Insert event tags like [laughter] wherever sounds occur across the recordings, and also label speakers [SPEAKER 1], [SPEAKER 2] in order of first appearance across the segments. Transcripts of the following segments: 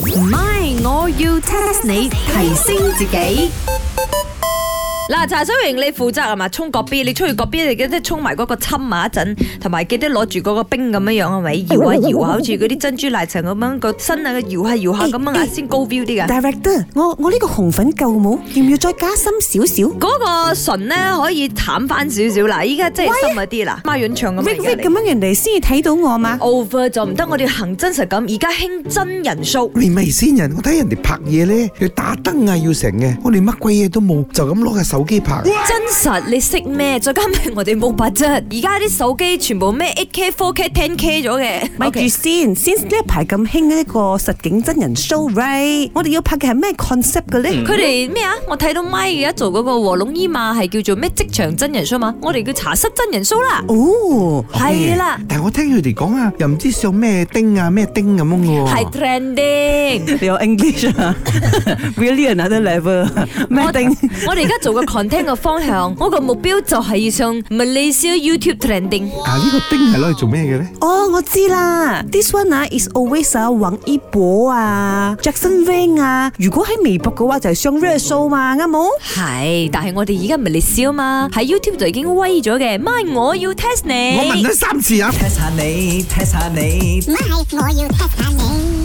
[SPEAKER 1] 唔係，我要 test 你提升自己。
[SPEAKER 2] 嗱，茶水榮你負責係嘛？沖個 B，你沖完個 B，你記得沖埋嗰個侵埋一陣，同埋記得攞住嗰個冰咁樣樣
[SPEAKER 1] [laughs]
[SPEAKER 2] 係咪？搖下搖下，好似嗰啲珍珠奶茶咁樣個身啊，搖下搖下咁樣啊，先高 view 啲
[SPEAKER 1] [laughs]
[SPEAKER 2] 㗎。
[SPEAKER 3] Director，我我呢個紅粉夠冇？要唔要再加深少少
[SPEAKER 2] 嗰個唇咧可以淡翻少少啦，依家真係深一啲啦，孖潤腸咁
[SPEAKER 3] ？Vic
[SPEAKER 2] 樣
[SPEAKER 3] Vic
[SPEAKER 2] 嚟
[SPEAKER 3] 咁樣人哋先至睇到我嘛？
[SPEAKER 2] over 就唔得，我哋行真實感，而家興真人 show。
[SPEAKER 4] 你咪先人，我睇人哋拍嘢咧，要打燈啊，要成嘅，我哋乜鬼嘢都冇，就咁攞架手機拍。啊
[SPEAKER 2] 真實你識咩？再加埋我哋冇 budget，而家啲手機全部咩 8K、4K、10K 咗嘅。
[SPEAKER 3] 咪住
[SPEAKER 2] OK
[SPEAKER 3] 先，先呢一排咁興呢一個實景真人 show，right？我哋要拍嘅係咩 concept 嘅咧？
[SPEAKER 2] [laughs] 佢哋咩啊？我睇到咪而家做嗰個和龍伊嘛，係叫做咩職場真人 show 嘛？我哋叫茶室真人 show 啦，
[SPEAKER 3] [laughs] 哦，
[SPEAKER 2] 係啦，
[SPEAKER 4] 但係我聽佢哋講啊，又唔知上咩丁啊咩丁咁樣嘅
[SPEAKER 2] 係
[SPEAKER 4] 喎。
[SPEAKER 2] trending。
[SPEAKER 3] 你有 English [laughs] 啊？Really another level？咩
[SPEAKER 2] 我
[SPEAKER 3] 定？
[SPEAKER 2] 我哋而家做個 content 嘅方向，我個目標就係要上 Malaysia YouTube trending。
[SPEAKER 4] 啊，呢個丁係攞嚟做咩嘅咧？
[SPEAKER 3] 哦，我知啦，This one 啊is always à, 啊，王一博啊，Jackson à, Wang à. 啊，如果喺微博嘅話就係上 Real Show 嘛，啱冇？
[SPEAKER 2] 係，但係我哋而家 Malaysia 嘛，喺 YouTube 就已經威咗嘅。咪我要 test
[SPEAKER 4] 我問
[SPEAKER 2] 你
[SPEAKER 4] 咗。三次啊，
[SPEAKER 5] test 下你，test 下你
[SPEAKER 6] 唔係，我要 test 下你。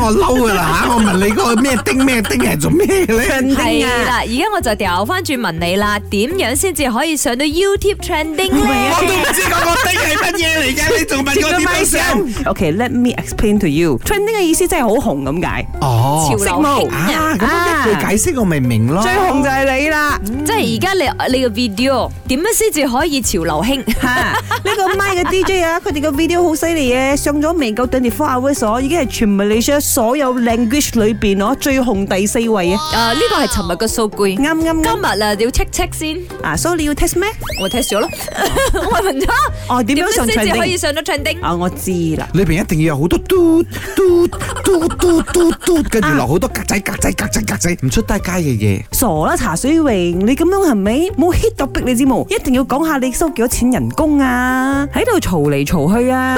[SPEAKER 4] 我嬲
[SPEAKER 2] [laughs]
[SPEAKER 4] 噶啦嚇！我問你嗰個咩丁咩丁係做咩嘅咧？
[SPEAKER 2] 係啦，而家我就掉翻轉問你啦，點樣先至可以上到 YouTube trending 咧？
[SPEAKER 4] 我都唔知嗰個丁係乜嘢嚟㗎，你仲問我點樣上？
[SPEAKER 3] OK，let me explain to you。Trending 嘅意思真係好紅咁解，
[SPEAKER 2] 啊
[SPEAKER 4] 哦
[SPEAKER 2] 潮流興啊！
[SPEAKER 4] 啊，咁樣一句解釋我咪明咯。
[SPEAKER 3] 最紅就係你啦。
[SPEAKER 2] 即係而家你你個 video 點樣先至可以潮流興？
[SPEAKER 3] 吓，呢個咪嘅 DJ 啊，佢哋嘅 video 好犀利嘅，上咗未夠 twenty four hours 所，已經係全 Malaysia 所有 language 裏邊哦最紅第四位啊！
[SPEAKER 2] 啊，呢個係尋日嘅數據，
[SPEAKER 3] 啱啱
[SPEAKER 2] 今
[SPEAKER 3] 啱
[SPEAKER 2] 日啊要 check check 先，
[SPEAKER 3] 啊，所以你要 test 咩？
[SPEAKER 2] 我 test 咗咯， [laughs] 我問咗
[SPEAKER 3] 哦點樣上
[SPEAKER 2] 點先至可
[SPEAKER 3] trending？Ờ.
[SPEAKER 2] 以上到 trending？
[SPEAKER 3] 啊，我知啦。
[SPEAKER 4] 裏邊一定要有好多嘟嘟嘟嘟嘟嘟，跟住落好多格仔格仔格仔格仔，啊唔出得街嘅嘢。
[SPEAKER 3] 傻啦，茶水榮，你咁樣係咪冇 hit 到逼你知冇？一定要講下你收幾多錢人工啊！喺度嘈嚟嘈去啊！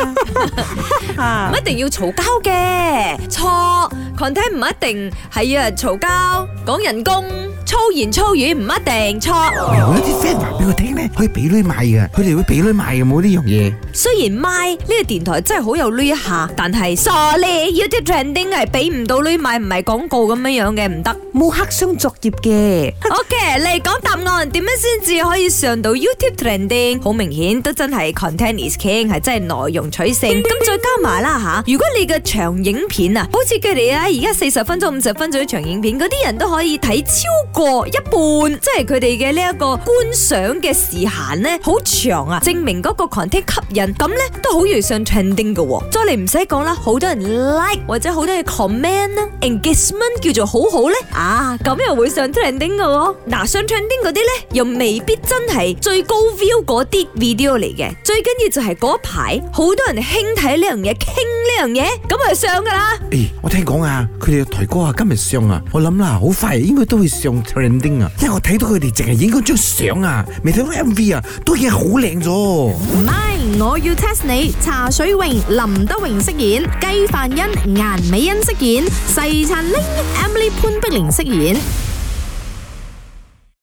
[SPEAKER 3] 啊
[SPEAKER 2] 唔一定要嘈交嘅，錯 content 唔一定係要人嘈交，講人工粗言粗語唔一定錯。
[SPEAKER 4] 我有啲 friend 話俾我聽咧，可以俾女賣嘅，佢哋會俾女賣嘅冇呢樣嘢。
[SPEAKER 2] 雖然 My 呢個電台真係好有呢一下，但係 sorry，YouTube trending 係俾唔到呢買，唔係廣告咁樣樣嘅，唔得。
[SPEAKER 3] 冇黑箱作業嘅。
[SPEAKER 2] OK，嚟講答案點樣先至可以上到 YouTube trending？好明顯都真係 content is king，係真係內容取勝。咁再加埋啦吓，如果你嘅長影片啊，好似佢哋啊，而家四十分鐘、五十分鐘嘅長影片，嗰啲人都可以睇超過一半，即係佢哋嘅呢一個觀賞嘅時限呢，好長啊，證明嗰個 content 吸引，咁呢都好容易上 trending 嘅喎。再嚟唔使講啦，好多人 like 或者好多人 comment 啦，engagement 叫做好好呢。啊，咁又會上 trending 嘅喎。嗱、上 trending 嗰啲呢，又未必真係最高 view 嗰啲 video 嚟嘅，最緊要就係嗰排好多人興睇呢樣嘢，傾呢樣嘢，咁就上噶啦。
[SPEAKER 4] 誒，我聽講啊，佢哋嘅台歌啊，今日上啊，我諗啦，好快應該都會上 trending 啊，因為我睇到佢哋淨係影嗰張相啊，未睇到 MV 啊，都已經好靚咗。
[SPEAKER 1] 唔係，我要 test 你。茶水榮、林德榮飾演，雞范欣、顏美欣飾演，細陳玲、Emily 潘碧玲飾演。